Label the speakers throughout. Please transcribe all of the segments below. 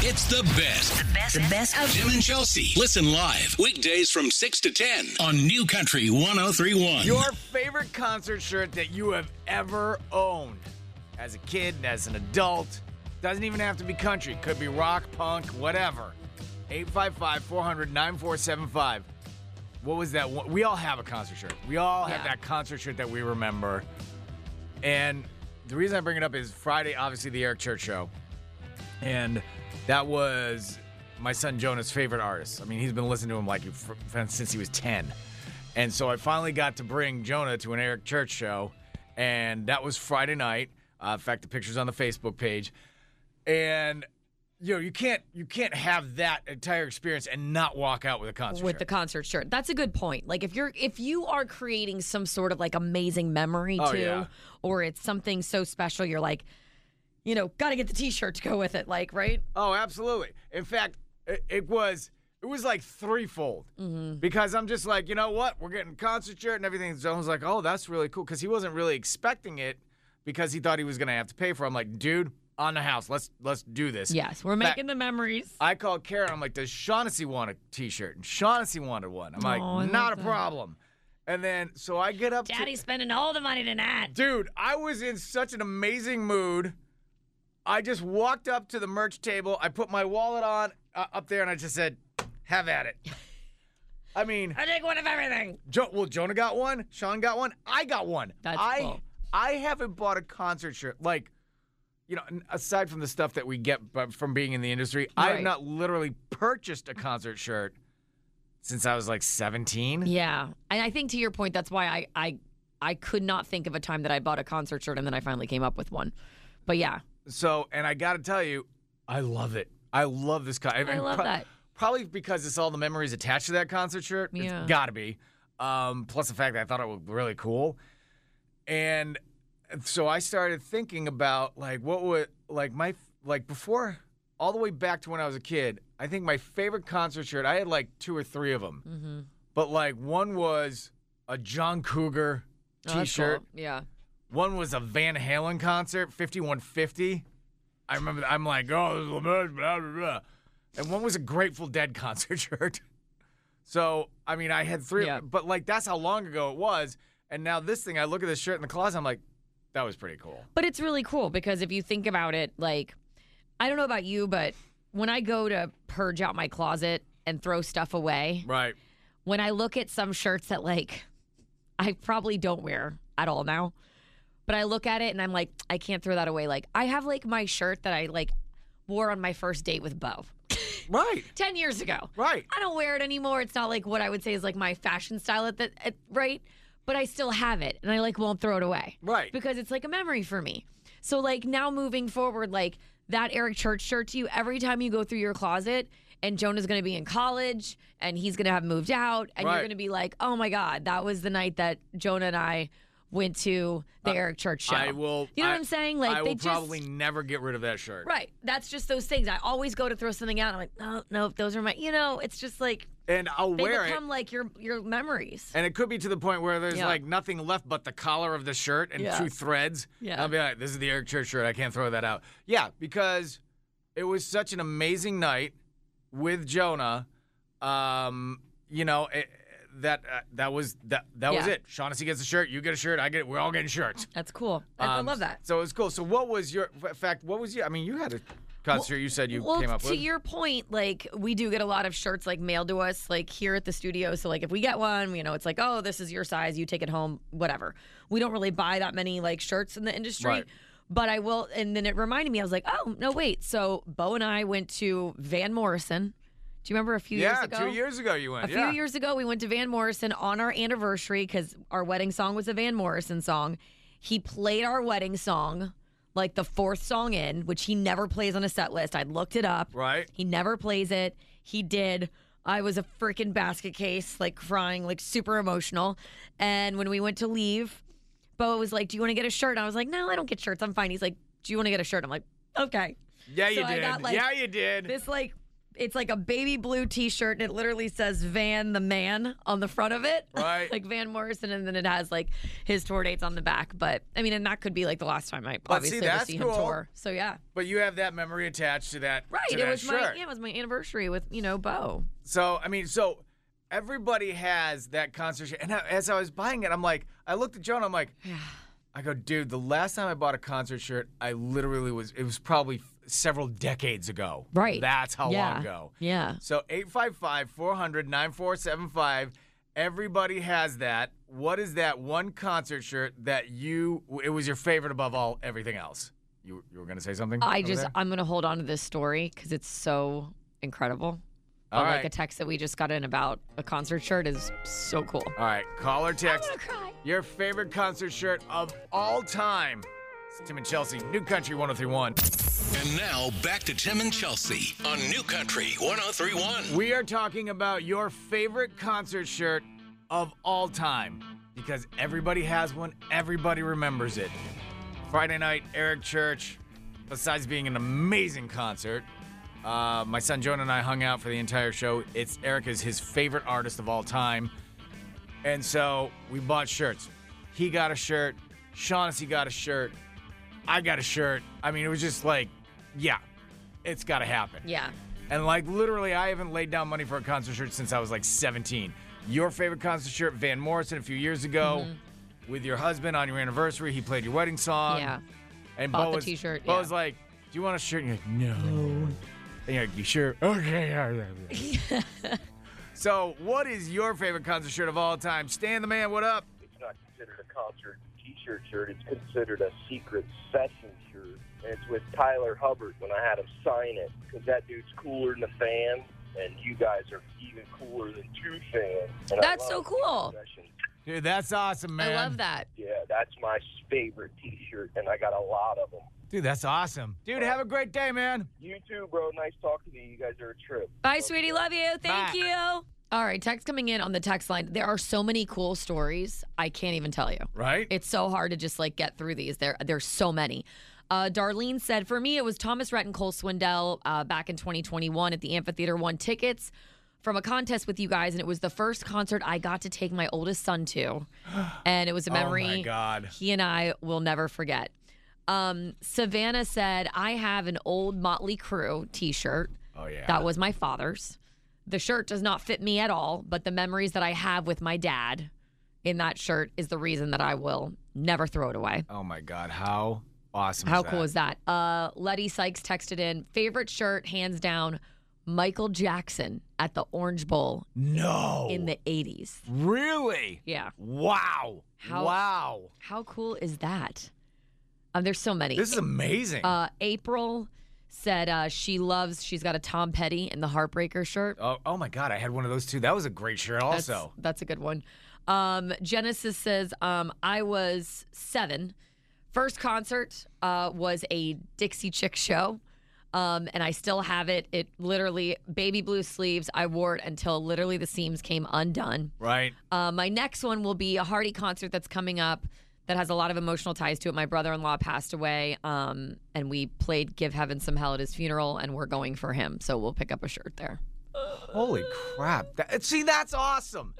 Speaker 1: It's the best.
Speaker 2: The best, the best of
Speaker 1: Jim and Chelsea. Listen live weekdays from 6 to 10 on New Country 1031.
Speaker 3: Your favorite concert shirt that you have ever owned as a kid, as an adult. Doesn't even have to be country, could be rock, punk, whatever. 855 400 9475. What was that one? We all have a concert shirt. We all have
Speaker 4: Yeah.
Speaker 3: that concert shirt that we remember. And the reason I bring it up is Friday, obviously, the Eric Church show. And that was my son Jonah's favorite artist. I mean, he's been listening to him like f- f- since he was 10. And so I finally got to bring Jonah to an Eric Church show. And that was Friday night. Uh, in fact, the picture's on the Facebook page. And. You know, you can't you can't have that entire experience and not walk out with a concert.
Speaker 4: with
Speaker 3: shirt.
Speaker 4: the concert shirt. That's a good point. Like if you're if you are creating some sort of like amazing memory
Speaker 3: Oh,
Speaker 4: too,
Speaker 3: yeah.
Speaker 4: or it's something so special, you're like, you know, got to get the T-shirt to go with it. Like right?
Speaker 3: Oh, absolutely. In fact, it, it was it was like threefold
Speaker 4: Mm-hmm.
Speaker 3: because I'm just like, you know what? We're getting concert shirt and everything. So I was like, oh, that's really cool because he wasn't really expecting it because he thought he was gonna have to pay for. it. I'm like, dude, on the house. Let's let's do this.
Speaker 4: Yes, we're
Speaker 3: In fact,
Speaker 4: making the memories.
Speaker 3: I called Karen. I'm like, does Shaughnessy want a T-shirt? And Shaughnessy wanted one. I'm like,
Speaker 4: Oh, I
Speaker 3: not a
Speaker 4: love that.
Speaker 3: problem. And then so I get up. to-
Speaker 4: Daddy's spending all the money tonight.
Speaker 3: Dude, I was in such an amazing mood. I just walked up to the merch table. I put my wallet on uh, up there, and I just said, "Have at it." I mean,
Speaker 4: I take one of everything.
Speaker 3: jo- well, Jonah got one, Sean got one, I got one.
Speaker 4: That's
Speaker 3: I
Speaker 4: cool.
Speaker 3: I haven't bought a concert shirt like, you know, n- aside from the stuff that we get bu- from being in the industry, I have
Speaker 4: Right.
Speaker 3: not literally purchased a concert shirt since I was like seventeen.
Speaker 4: Yeah, and I think to your point, that's why I I I could not think of a time that I bought a concert shirt and then I finally came up with one. But yeah,
Speaker 3: So, and I got to tell you, I love it. I love this concert.
Speaker 4: I love that.
Speaker 3: Probably because it's all the memories attached to that concert shirt.
Speaker 4: Yeah.
Speaker 3: It's got to be. Um, plus the fact that I thought it was really cool. And so I started thinking about like what would like my like before all the way back to when I was a kid. I think my favorite concert shirt. I had like two or three of them,
Speaker 4: mm-hmm.
Speaker 3: but like one was a John Cougar
Speaker 4: Oh,
Speaker 3: T-shirt.
Speaker 4: Yeah,
Speaker 3: One was a Van Halen concert, 5150. I remember that. I'm like, oh, this is the best, blah, blah, blah. And one was a Grateful Dead concert shirt. So, I mean, I had three,
Speaker 4: Yeah.
Speaker 3: but like, that's how long ago it was. And now this thing, I look at this shirt in the closet, I'm like, that was pretty cool.
Speaker 4: But it's really cool because if you think about it, like, I don't know about you, but when I go to purge out my closet and throw stuff away,
Speaker 3: Right.
Speaker 4: when I look at some shirts that, like, I probably don't wear at all now, but I look at it and I'm like, I can't throw that away. Like, I have, like, my shirt that I, like, wore on my first date with Bo
Speaker 3: Right.
Speaker 4: 10 years ago.
Speaker 3: Right.
Speaker 4: I don't wear it anymore. It's not like what I would say is like my fashion style at the at, right, but I still have it and I like won't throw it away.
Speaker 3: Right.
Speaker 4: Because it's like a memory for me. So like now moving forward like that Eric Church shirt to you every time you go through your closet and Jonah's going to be in college and he's going to have moved out and
Speaker 3: Right.
Speaker 4: you're going to be like, "Oh my god, that was the night that Jonah and I went to the Eric Church show."
Speaker 3: I will.
Speaker 4: You know
Speaker 3: I-
Speaker 4: what I'm saying? Like
Speaker 3: I
Speaker 4: they
Speaker 3: will
Speaker 4: just
Speaker 3: probably never get rid of that shirt.
Speaker 4: Right. That's just those things. I always go to throw something out. And I'm like, no, no, those are my. You know, it's just like
Speaker 3: And I'll
Speaker 4: they
Speaker 3: wear
Speaker 4: become
Speaker 3: it.
Speaker 4: like your your memories.
Speaker 3: And it could be to the point where there's
Speaker 4: Yeah.
Speaker 3: like nothing left but the collar of the shirt and
Speaker 4: Yeah.
Speaker 3: two threads.
Speaker 4: Yeah.
Speaker 3: I'll be like, this is the Eric Church shirt. I can't throw that out. Yeah, because it was such an amazing night with Jonah. Um, you know, it, that uh, that was that that was
Speaker 4: Yeah.
Speaker 3: it. Shaughnessy gets a shirt. You get a shirt. I get. We're all getting shirts.
Speaker 4: That's cool. I I
Speaker 3: Um,
Speaker 4: love that.
Speaker 3: So it was cool. So what was your in fact? What was your? I mean, you had a concert. you said you
Speaker 4: well,
Speaker 3: came up
Speaker 4: to
Speaker 3: with.
Speaker 4: your point, like we do get a lot of shirts like mailed to us, like here at the studio. So like if we get one, you know, it's like, oh, this is your size, you take it home, whatever. We don't really buy that many like shirts in the industry.
Speaker 3: Right.
Speaker 4: But I will, and then it reminded me. I was like, "Oh no, wait!" So Bo and I went to Van Morrison. Do you remember a few
Speaker 3: yeah,
Speaker 4: years ago?
Speaker 3: two years ago you went.
Speaker 4: A
Speaker 3: yeah.
Speaker 4: few years ago, we went to Van Morrison on our anniversary because our wedding song was a Van Morrison song. He played our wedding song, like the fourth song in, which he never plays on a set list. I looked it up.
Speaker 3: Right.
Speaker 4: He never plays it. He did. I was a freaking basket case, like crying, like super emotional. And when we went to leave, Bo was like, Do you want to get a shirt? And I was like, No, I don't get shirts. I'm fine. He's like, Do you want to get a shirt? I'm like, Okay.
Speaker 3: Yeah, you
Speaker 4: So I
Speaker 3: did.
Speaker 4: got, like,
Speaker 3: yeah, you did.
Speaker 4: This, like, it's like a baby blue T-shirt, and it literally says Van the Man on the front of it,
Speaker 3: Right.
Speaker 4: like Van Morrison, and then it has like his tour dates on the back. But I mean, and that could be like the last time I
Speaker 3: see,
Speaker 4: obviously will
Speaker 3: that's
Speaker 4: see him
Speaker 3: cool.
Speaker 4: tour. So yeah,
Speaker 3: But you have that memory attached to that.
Speaker 4: right.
Speaker 3: to
Speaker 4: it
Speaker 3: that
Speaker 4: was my
Speaker 3: shirt.
Speaker 4: yeah, it was my anniversary with you know Bo.
Speaker 3: So I mean, so everybody has that concert shirt. And I, as I was buying it, I'm like, I looked at Joan. I'm like, I go, dude. The last time I bought a concert shirt, I literally was. It was probably f- several decades ago.
Speaker 4: Right.
Speaker 3: That's how
Speaker 4: Yeah.
Speaker 3: long ago.
Speaker 4: Yeah.
Speaker 3: So 855 400 9475. Everybody has that. What is that one concert shirt that you, it was your favorite above all everything else? You, you were going to say something?
Speaker 4: I
Speaker 3: over
Speaker 4: just
Speaker 3: there?
Speaker 4: I'm gonna hold on to this story because it's so incredible. But
Speaker 3: All
Speaker 4: like
Speaker 3: right.
Speaker 4: a text that we just got in about a concert shirt is so cool.
Speaker 3: all right. Call or text.
Speaker 4: cry.
Speaker 3: Your favorite concert shirt of all time. It's Tim and Chelsea, New Country 1031.
Speaker 1: And now back to Tim and Chelsea on New Country 1031.
Speaker 3: We are talking about your favorite concert shirt of all time because everybody has one, everybody remembers it. Friday night, Eric Church, besides being an amazing concert, uh, my son Jonah and I hung out for the entire show. It's Eric is his favorite artist of all time. And so we bought shirts. He got a shirt, Shaughnessy got a shirt, I got a shirt. I mean, it was just like, yeah, it's got to happen.
Speaker 4: Yeah.
Speaker 3: And like literally, I haven't laid down money for a concert shirt since I was like 17. Your favorite concert shirt, Van Morrison, a few years ago, with your husband on your anniversary. He played your wedding song.
Speaker 4: Mm-hmm. Yeah.
Speaker 3: And
Speaker 4: Bought
Speaker 3: Bo
Speaker 4: the
Speaker 3: was,
Speaker 4: t-shirt,
Speaker 3: Bo
Speaker 4: yeah.
Speaker 3: was like, "Do you want a shirt?" And you're like, "No." And you're like, "You sure?" Okay. all right, all right." so, what is your favorite concert shirt of all time? Stan the man, what up?
Speaker 2: it's not considered a concert t-shirt shirt. It's considered a secret session shirt. And it's with Tyler Hubbard when I had him sign it because that dude's cooler than a fan, and you guys are even cooler than two fans. And I
Speaker 4: That's
Speaker 2: love
Speaker 4: so cool.
Speaker 2: secret sessions.
Speaker 3: Dude, that's awesome, man.
Speaker 4: I love that.
Speaker 2: Yeah, that's my favorite t-shirt, and I got a lot of them.
Speaker 3: Dude, that's awesome. Dude, have a great day, man.
Speaker 2: You too, bro. Nice talking to you. You guys are a trip.
Speaker 4: Bye, sweetie. Love you. Thank
Speaker 3: Bye.
Speaker 4: you. All right, text coming in on the text line. There are so many cool stories. I can't even tell you.
Speaker 3: Right?
Speaker 4: It's so hard to just like get through these. There, there's so many. Uh, Darlene said, for me, it was Thomas Rhett and Cole Swindell uh, back in 2021 at the amphitheater. Won tickets from a contest with you guys, and it was the first concert I got to take my oldest son to, and it was a memory.
Speaker 3: Oh my God.
Speaker 4: he and I will never forget. Um, Savannah said, I have an old Motley Crue t shirt.
Speaker 3: Oh yeah.
Speaker 4: That was my father's. The shirt does not fit me at all, but the memories that I have with my dad in that shirt is the reason that I will never throw it away.
Speaker 3: oh my God. How awesome.
Speaker 4: How
Speaker 3: is
Speaker 4: cool
Speaker 3: that?
Speaker 4: is that? Uh, Letty Sykes texted in favorite shirt, hands down, Michael Jackson at the Orange Bowl
Speaker 3: No.
Speaker 4: in the 80s.
Speaker 3: Really?
Speaker 4: Yeah.
Speaker 3: Wow.
Speaker 4: How-
Speaker 3: wow.
Speaker 4: How cool is that? Um, there's so many.
Speaker 3: This is amazing.
Speaker 4: Uh, April said uh, she loves. She's got a Tom Petty and the Heartbreaker shirt.
Speaker 3: oh, oh my God. I had one of those too. That was a great shirt,
Speaker 4: That's,
Speaker 3: also.
Speaker 4: that's a good one. Um, Genesis says um, I was seven. First concert uh, was a Dixie Chick show. Um, and I still have it. It literally, baby blue sleeves. I wore it until literally the seams came undone.
Speaker 3: right.
Speaker 4: Uh, my next one will be a Hardy concert that's coming up that has a lot of emotional ties to it. My brother in law passed away, um, and we played Give Heaven Some Hell at his funeral, and we're going for him. So we'll pick up a shirt there.
Speaker 3: Holy crap. That, see, that's awesome.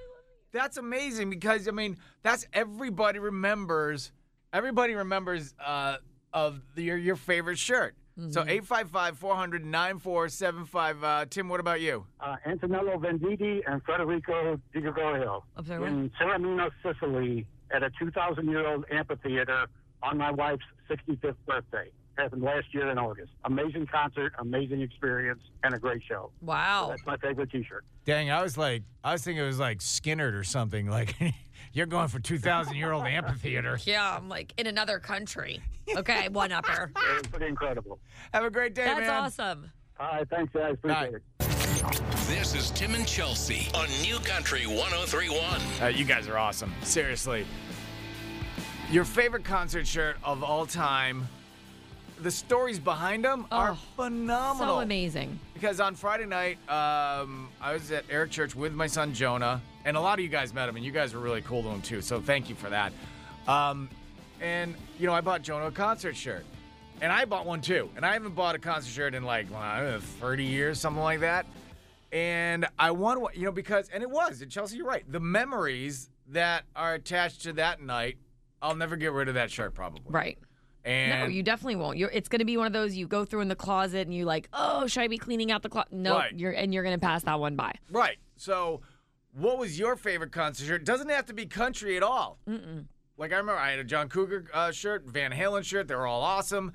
Speaker 3: That's amazing because, I mean, that's everybody remembers. Everybody remembers uh, of the, your, your favorite shirt. So
Speaker 4: Mm-hmm.
Speaker 3: 855 400 9475. Uh, Tim, what about you?
Speaker 5: uh, Antonello Venditti and Federico Di Gregorio
Speaker 4: I'm sorry, what?
Speaker 5: in Salamino, Sicily, at a 2,000 year old amphitheater on my wife's 65th birthday. Happened last year in August. Amazing concert, amazing experience, and a great show.
Speaker 4: Wow.
Speaker 5: That's my favorite t shirt.
Speaker 3: Dang, I was like, I was thinking it was like Skinnerd or something. Like, you're going for 2,000 year old amphitheater.
Speaker 4: Yeah, I'm like in another country. Okay, one upper.
Speaker 5: It was pretty incredible.
Speaker 3: Have a great day,
Speaker 4: That's
Speaker 3: man.
Speaker 4: awesome.
Speaker 5: All right, thanks, guys. Appreciate
Speaker 3: Bye.
Speaker 5: it.
Speaker 1: This is Tim and Chelsea on New Country 1031.
Speaker 3: Uh, you guys are awesome. Seriously. Your favorite concert shirt of all time. The stories behind them are
Speaker 4: Oh,
Speaker 3: phenomenal.
Speaker 4: So amazing.
Speaker 3: Because on Friday night, um, I was at Eric Church with my son Jonah, and a lot of you guys met him, and you guys were really cool to him too. So thank you for that. Um, and you know, I bought Jonah a concert shirt, And I bought one too. And I haven't bought a concert shirt in like well, I don't know, 30 years, something like that. And I want one, you know, because, and it was, and Chelsea, you're right. The memories that are attached to that night, I'll never get rid of that shirt probably.
Speaker 4: Right.
Speaker 3: And
Speaker 4: No, you definitely won't. You're, it's going to be one of those you go through in the closet and you like, oh, should I be cleaning out the closet? No,
Speaker 3: Right.
Speaker 4: you're and you're going to pass that one by.
Speaker 3: Right. So, what was your favorite concert shirt? Doesn't have to be country at all. Mm-mm. Like I remember, I had a John Cougar uh, shirt, Van Halen shirt. They were all awesome.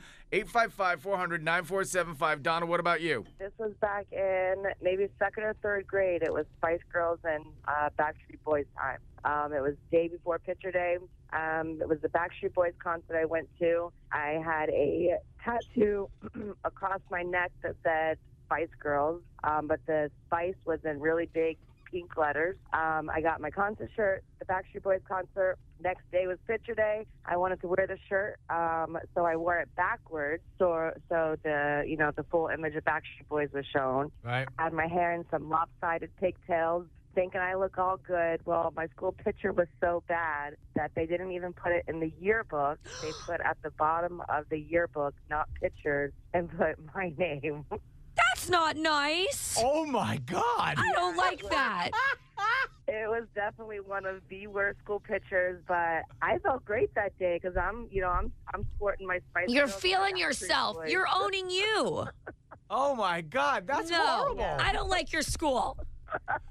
Speaker 3: 855-400-9475. Donna, what about you?
Speaker 6: This was back in maybe second or third grade. It was Spice Girls and uh, Backstreet Boys time. Um, it was day before picture day. Um, it was the Backstreet Boys concert I went to. I had a tattoo across my neck that said Spice Girls, um, but the Spice was in really big pink letters. Um, I got my concert shirt, the Backstreet Boys concert. Next day was picture day. I wanted to wear the shirt, um, so I wore it backwards, so so the you know the full image of Backstreet Boys was shown.
Speaker 3: Right.
Speaker 6: I had my hair in some lopsided pigtails, thinking I look all good. Well, my school picture was so bad that they didn't even put it in the yearbook. They put at the bottom of the yearbook, not pictures, and put my name.
Speaker 4: That's not nice.
Speaker 3: Oh my God.
Speaker 4: I don't like that.
Speaker 6: It was definitely one of the worst school pictures, but I felt great that day because I'm, you know, I'm I'm sporting my spice.
Speaker 4: You're
Speaker 6: Girls
Speaker 4: feeling
Speaker 6: and Backstreet
Speaker 4: yourself.
Speaker 6: Boys.
Speaker 4: You're owning you.
Speaker 3: Oh my God. That's
Speaker 4: no,
Speaker 3: horrible.
Speaker 4: I don't like your school.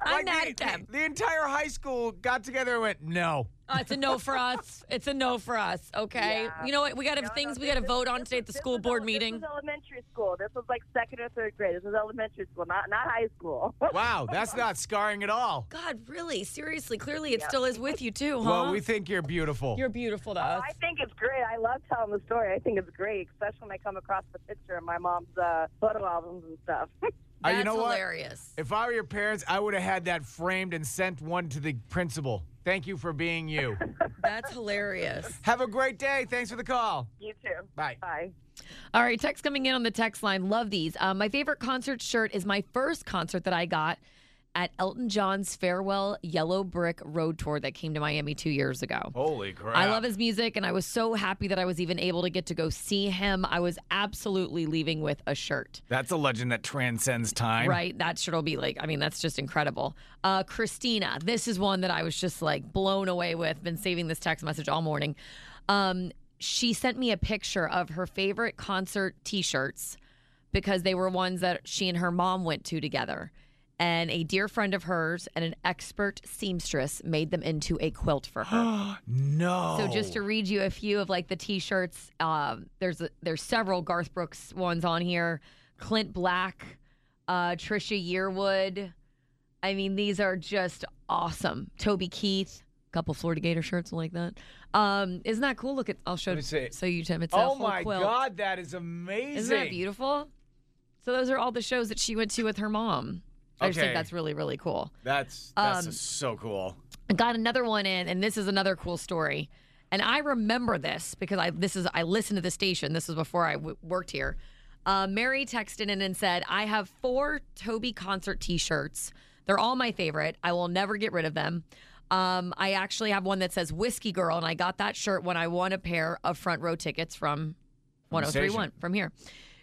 Speaker 4: I'm
Speaker 3: Like,
Speaker 4: mad
Speaker 3: the,
Speaker 4: at them.
Speaker 3: The entire high school got together and went, no.
Speaker 4: Uh, it's a no for us. It's a no for us. Okay.
Speaker 6: Yeah.
Speaker 4: You know what? We got to
Speaker 6: No, no,
Speaker 4: things we
Speaker 6: this
Speaker 4: got to
Speaker 6: is-
Speaker 4: vote on
Speaker 6: this
Speaker 4: today
Speaker 6: is-
Speaker 4: at the
Speaker 6: this
Speaker 4: school
Speaker 6: is
Speaker 4: board
Speaker 6: ele-
Speaker 4: meeting.
Speaker 6: This was elementary school. This was like second or third grade. This was elementary school, not not high school.
Speaker 3: Wow. That's not scarring at all.
Speaker 4: God, really? Seriously? Clearly, it still is with you too, huh?
Speaker 3: Well, we think you're beautiful.
Speaker 4: You're beautiful to us.
Speaker 6: I think it's great. I love telling the story. I think it's great, especially when I come across the picture in my mom's uh, photo albums and stuff.
Speaker 3: Uh,
Speaker 4: That's
Speaker 3: you know what?
Speaker 4: hilarious.
Speaker 3: If I were your parents, I would have had that framed and sent one to the principal. Thank you for being you.
Speaker 4: That's hilarious.
Speaker 3: Have a great day. Thanks for the call.
Speaker 6: you too.
Speaker 3: Bye.
Speaker 6: Bye.
Speaker 4: All right, text coming in on the text line. Love these. Um, my favorite concert shirt is my first concert that I got at Elton John's farewell Yellow Brick Road tour that came to Miami two years ago.
Speaker 3: Holy Oh, crap.
Speaker 4: I love his music, and I was so happy that I was even able to get to go see him. I was absolutely leaving with a shirt.
Speaker 3: That's a legend that transcends time.
Speaker 4: Right? That shirt will be like, I mean, that's just incredible. Uh, Christina, this is one that I was just like blown away with. Been saving this text message all morning. Um, she sent me a picture of her favorite concert t shirts because they were ones that she and her mom went to together. And a dear friend of hers and an expert seamstress made them into a quilt for her.
Speaker 3: No.
Speaker 4: So just to read you a few of like the T-shirts, um, there's a, there's several Garth Brooks ones on here. Clint Black, uh, Trisha Yearwood. I mean, these are just awesome. Toby Keith, a couple Florida Gator shirts like that. Um, isn't that cool? Look at I'll show
Speaker 3: Let me see.
Speaker 4: so you Tim. It's a
Speaker 3: Oh
Speaker 4: whole
Speaker 3: my
Speaker 4: quilt.
Speaker 3: God, that is amazing.
Speaker 4: Isn't that beautiful? So those are all the shows that she went to with her mom. I just
Speaker 3: Okay.
Speaker 4: think that's really really cool.
Speaker 3: That's that's
Speaker 4: Um,
Speaker 3: so cool.
Speaker 4: I got another one in, and this is another cool story. And I remember this because I this is I listened to the station. This was before I w- worked here. Uh, Mary texted in and said, "I have four Toby concert T-shirts. They're all my favorite. I will never get rid of them. Um, I actually have one that says Whiskey Girl, and I got that shirt when I won a pair of front row tickets from
Speaker 3: From the station.
Speaker 4: 1031 from here.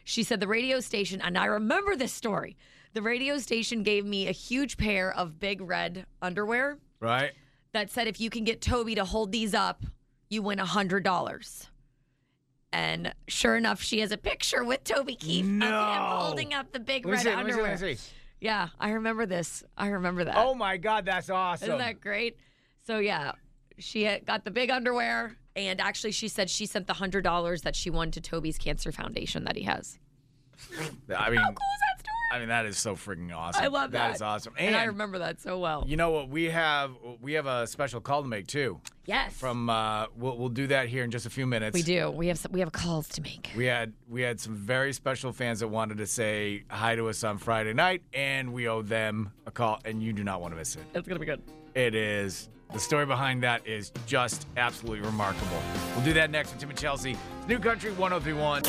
Speaker 4: She said the radio station, and I remember this story. The radio station gave me a huge pair of big red underwear
Speaker 3: Right?
Speaker 4: that said if you can get Toby to hold these up, you win $100. And sure enough, she has a picture with Toby Keith of him
Speaker 3: No.
Speaker 4: holding up the big
Speaker 3: Let me
Speaker 4: red
Speaker 3: see, let me see,
Speaker 4: underwear.
Speaker 3: let me see.
Speaker 4: Yeah, I remember this. I remember that.
Speaker 3: Oh my God, that's awesome.
Speaker 4: Isn't that great? So yeah, she had- got the big underwear and actually she said she sent the $100 that she won to Toby's Cancer Foundation that he has.
Speaker 3: I mean,
Speaker 4: What was that story?
Speaker 3: I mean that is so freaking awesome.
Speaker 4: I love that.
Speaker 3: That is awesome.
Speaker 4: And, I remember that so well.
Speaker 3: you know what we have we have a special call to make too.
Speaker 4: yes.
Speaker 3: From uh we'll, we'll do that here in just a few minutes.
Speaker 4: we do. We have some, we have calls to make.
Speaker 3: We had we had some very special fans that wanted to say hi to us on Friday night, and we owe them a call. And you do not want to miss it.
Speaker 4: It's going to be good.
Speaker 3: It is the story behind that is just absolutely remarkable. We'll do that next with Tim and Chelsea. It's New Country 1031.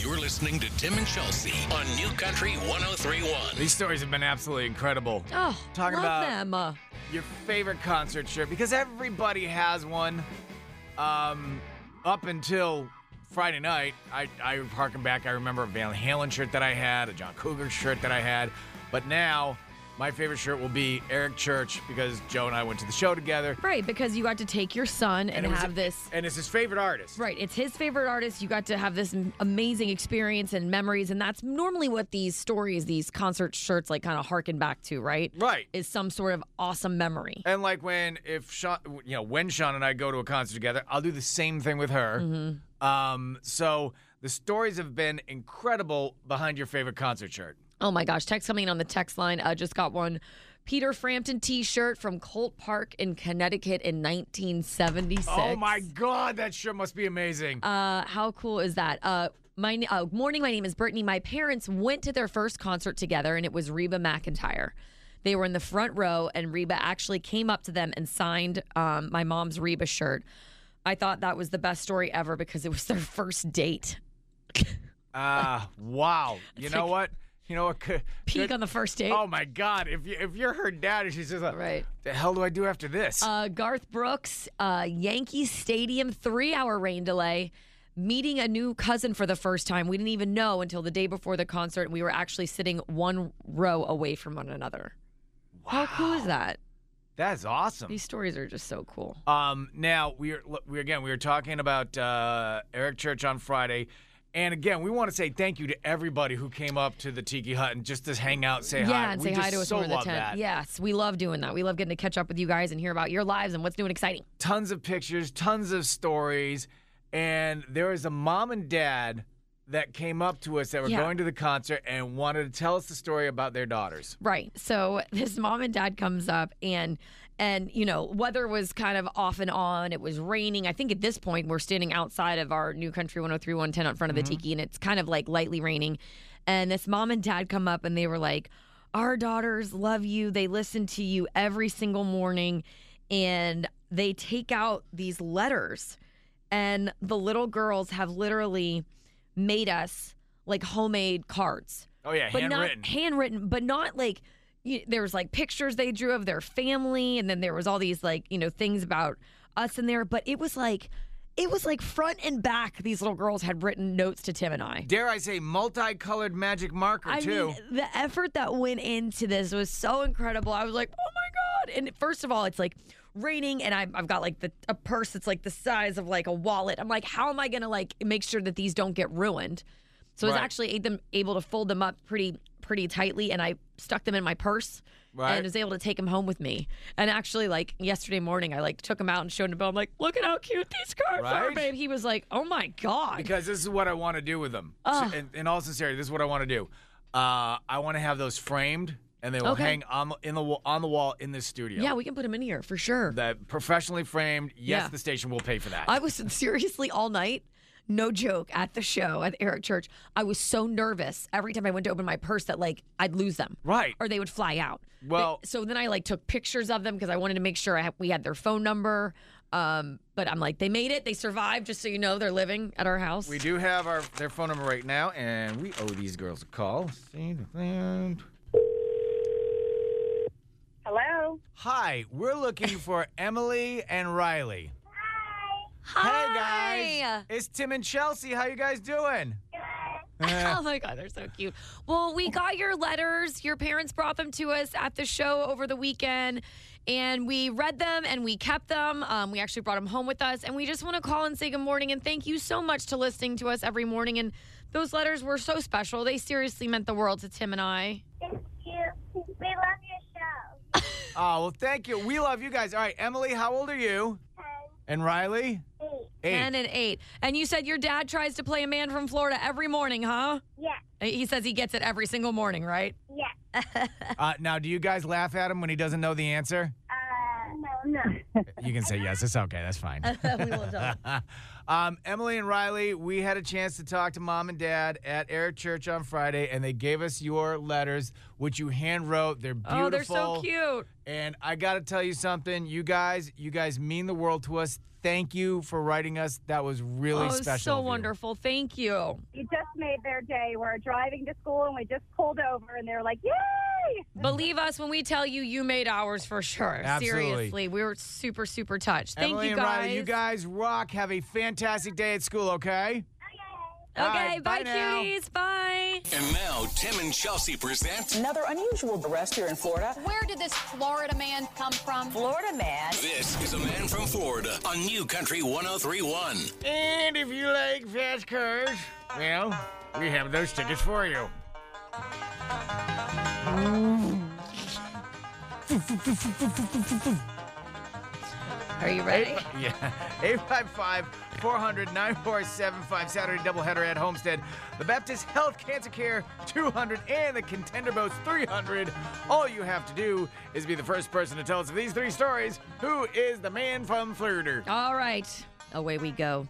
Speaker 1: You're listening to Tim and Chelsea on New Country 1031.
Speaker 3: These stories have been absolutely incredible.
Speaker 4: Oh,
Speaker 3: Talking
Speaker 4: love
Speaker 3: about-
Speaker 4: them. Uh,
Speaker 3: Your favorite concert shirt because everybody has one. Um, up until Friday night, I, I harken back. I remember a Van Halen shirt that I had, a John Cougar shirt that I had. But now, my favorite shirt will be Eric Church because Joe and I went to the show together.
Speaker 4: Right, because you got to take your son and,
Speaker 3: it was-
Speaker 4: have this.
Speaker 3: And it's his favorite artist.
Speaker 4: Right, it's his favorite artist. You got to have this m- amazing experience and memories, and that's normally what these stories, these concert shirts, like kind of harken back to, right?
Speaker 3: Right.
Speaker 4: Is some sort of awesome memory.
Speaker 3: And like when if Sean, you know, when Sean and I go to a concert together, I'll do the same thing with her.
Speaker 4: Mm-hmm.
Speaker 3: Um, so the stories have been incredible behind your favorite concert shirt.
Speaker 4: Oh my gosh, text coming in on the text line. I just got one Peter Frampton t shirt from Colt Park in Connecticut in 1976.
Speaker 3: Oh my God, that shirt must be amazing.
Speaker 4: Uh, how cool is that? Uh, my uh, morning. My name is Brittany. My parents went to their first concert together, and it was Reba McIntyre. They were in the front row, and Reba actually came up to them and signed um, my mom's Reba shirt. I thought that was the best story ever because it was their first date.
Speaker 3: Ah, wow. You know what? You know what? Could,
Speaker 4: Peak
Speaker 3: could-
Speaker 4: on the first date.
Speaker 3: Oh my God! If you if you're her dad, and she's just like,
Speaker 4: Right.
Speaker 3: The hell do I do after this?
Speaker 4: Uh, Garth Brooks, uh, Yankee Stadium, three hour rain delay, meeting a new cousin for the first time. We didn't even know until the day before the concert. We were actually sitting one row away from one another. How cool is that?
Speaker 3: That's awesome.
Speaker 4: These stories are just so cool.
Speaker 3: Um, now we are look, we again we were talking about uh, Eric Church on Friday, and again we want to say thank you to everybody who came up to the Tiki Hut and just to hang out, say hi.
Speaker 4: yeah, and
Speaker 3: we
Speaker 4: say
Speaker 3: just
Speaker 4: hi to us
Speaker 3: so
Speaker 4: over the
Speaker 3: love
Speaker 4: tent.
Speaker 3: that.
Speaker 4: Yes, we love doing that. We love getting to catch up with you guys and hear about your lives and what's new and exciting.
Speaker 3: tons of pictures, tons of stories, and there was a mom and dad that came up to us that were
Speaker 4: Yeah.
Speaker 3: going to the concert and wanted to tell us the story about their daughters.
Speaker 4: Right. So this mom and dad comes up and and you know, weather was kind of off and on. It was raining. I think at this point we're standing outside of our new country 103-110 out front of the tiki and it's kind of like lightly raining. And this mom and dad come up and they were like, "Our daughters love you. They listen to you every single morning." And they take out these letters and the little girls have literally made us like homemade cards
Speaker 3: Oh yeah,
Speaker 4: but
Speaker 3: handwritten.
Speaker 4: not handwritten, but not like you, there was like pictures they drew of their family, and then there was all these like you know things about us in there. But it was like it was like front and back. These little girls had written notes to Tim and I.
Speaker 3: Dare I say, multicolored magic marker
Speaker 4: I
Speaker 3: too.
Speaker 4: mean, the effort that went into this was so incredible. I was like, oh my god! And first of all, it's like raining, and I've, I've got like the a purse that's like the size of like a wallet. I'm like, how am I gonna like make sure that these don't get ruined? So I was
Speaker 3: Right.
Speaker 4: actually a- them- able to fold them up pretty pretty tightly, and I stuck them in my purse.
Speaker 3: Right.
Speaker 4: And was able to take them home with me. And actually, like yesterday morning, I like took them out and showed him. I'm like, look at how cute these cards are,
Speaker 3: Right?
Speaker 4: babe. He was like, oh my god.
Speaker 3: because this is what I want to do with them.
Speaker 4: Ugh.
Speaker 3: So- in, in all sincerity, this is what I want to do. Uh, I want to have those framed, and they will
Speaker 4: Okay.
Speaker 3: hang on the- in the wa- on the wall in this studio.
Speaker 4: yeah, we can put them in here for sure.
Speaker 3: that professionally framed. Yes,
Speaker 4: Yeah.
Speaker 3: the station will pay for that.
Speaker 4: I was seriously all night, no joke, at the show at Eric Church. I was so nervous every time I went to open my purse that like I'd lose them.
Speaker 3: Right.
Speaker 4: Or they would fly out. But-
Speaker 3: Well-
Speaker 4: so then I like took pictures of them because I wanted to make sure I ha- we had their phone number. Um, but I'm like, they made it. They survived. Just so you know, they're living at our house.
Speaker 3: we do have our their phone number right now, and we owe these girls a call. See the thing.
Speaker 6: Hello.
Speaker 3: Hi, we're looking for Emily and Riley. Hey
Speaker 4: Hi.
Speaker 3: guys, it's Tim and Chelsea. How you guys doing? Eh.
Speaker 4: oh my god, they're so cute. Well, we got your letters. Your parents brought them to us at the show over the weekend, and we read them and we kept them. Um, we actually brought them home with us, and we just want to call and say good morning and thank you so much to listening to us every morning. And those letters were so special. They seriously meant the world to Tim and I.
Speaker 7: Thank you. We love your show.
Speaker 3: Oh, well, thank you. We love you guys. All right, Emily, how old are you? And Riley?
Speaker 7: Eight.
Speaker 4: Ten
Speaker 3: Eight.
Speaker 4: and eight. And you said your dad tries to play a man from Florida every morning, huh?
Speaker 7: Yeah.
Speaker 4: He says he gets it every single morning, right?
Speaker 7: Yeah.
Speaker 3: Uh, now, do you guys laugh at him when he doesn't know the answer?
Speaker 7: Uh, no, no.
Speaker 3: You can say yes. It's okay. That's fine.
Speaker 4: we will talk.
Speaker 3: um, Emily and Riley, we had a chance to talk to mom and dad at Eric Church on Friday, and they gave us your letters, which you hand wrote. They're beautiful.
Speaker 4: Oh, they're so cute.
Speaker 3: And I got to tell you something. You guys, you guys mean the world to us. Thank you for writing us. That was really
Speaker 4: oh,
Speaker 3: special.
Speaker 4: so
Speaker 3: of you.
Speaker 4: wonderful. Thank you.
Speaker 8: You just made their day. We're driving to school and we just pulled over and they were like, Yay!
Speaker 4: Believe us when we tell you you made ours for sure.
Speaker 3: Absolutely.
Speaker 4: Seriously, we were super super touched. Thank
Speaker 3: Emily
Speaker 4: you
Speaker 3: and
Speaker 4: guys.
Speaker 3: Riley, you guys rock. Have a fantastic day at school, okay?
Speaker 7: I
Speaker 3: All
Speaker 4: Okay,
Speaker 3: right,
Speaker 4: bye,
Speaker 3: bye now.
Speaker 4: cuties. Bye.
Speaker 1: And now, Tim and Chelsea present
Speaker 9: Another unusual arrest here in Florida.
Speaker 10: Where did this Florida man come from?
Speaker 9: Florida man
Speaker 1: This is a Man from Florida on New Country 1031.
Speaker 3: And if you like fast cars, well, we have those tickets for you.
Speaker 4: Are you ready?
Speaker 3: Yeah. 855 400 9475 Saturday doubleheader at Homestead. The Baptist Health Cancer Care 200 and the Contender Boats 300. All you have to do is be the first person to tell us of these three stories who is the man from Flirter.
Speaker 4: All right, away we go.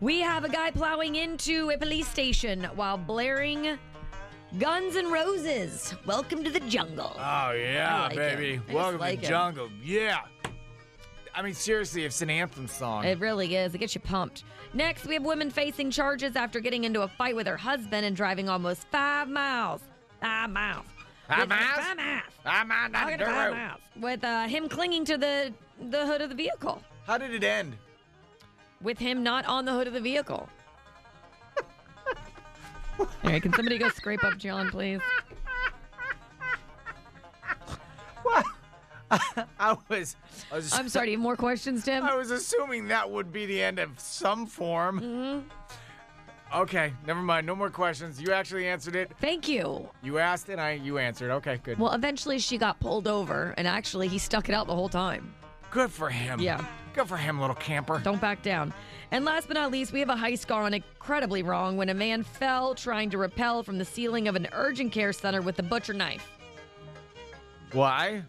Speaker 4: We have a guy plowing into a police station while blaring Guns and Roses. Welcome to the jungle.
Speaker 3: Oh, yeah,
Speaker 4: I like
Speaker 3: baby.
Speaker 4: him. I just
Speaker 3: Welcome
Speaker 4: like
Speaker 3: to
Speaker 4: him.
Speaker 3: Jungle. Yeah. I mean, seriously, it's an anthem song.
Speaker 4: It really is. It gets you pumped. Next, we have women facing charges after getting into a fight with her husband and driving almost five miles. Five miles.
Speaker 3: Five
Speaker 4: With-
Speaker 3: miles?
Speaker 4: Five miles.
Speaker 3: I'm on the
Speaker 4: Talking
Speaker 3: dirt
Speaker 4: five
Speaker 3: road.
Speaker 4: miles. With uh, him clinging to the the hood of the vehicle.
Speaker 3: How did it end?
Speaker 4: With him not on the hood of the vehicle. All right, can somebody go scrape up John, please?
Speaker 3: What? I was. I was
Speaker 4: I'm sorry. Do you have more questions, Tim?
Speaker 3: I was assuming that would be the end of some form.
Speaker 4: Mm-hmm.
Speaker 3: Okay, never mind. No more questions. You actually answered it.
Speaker 4: Thank you.
Speaker 3: You asked and I you answered. Okay, good.
Speaker 4: Well, eventually she got pulled over, and actually he stuck it out the whole time.
Speaker 3: good for him.
Speaker 4: Yeah.
Speaker 3: Good for him, little camper.
Speaker 4: Don't back down. And last but not least, we have a heist gone incredibly wrong when a man fell trying to rappel from the ceiling of an urgent care center with a butcher knife.
Speaker 3: Why?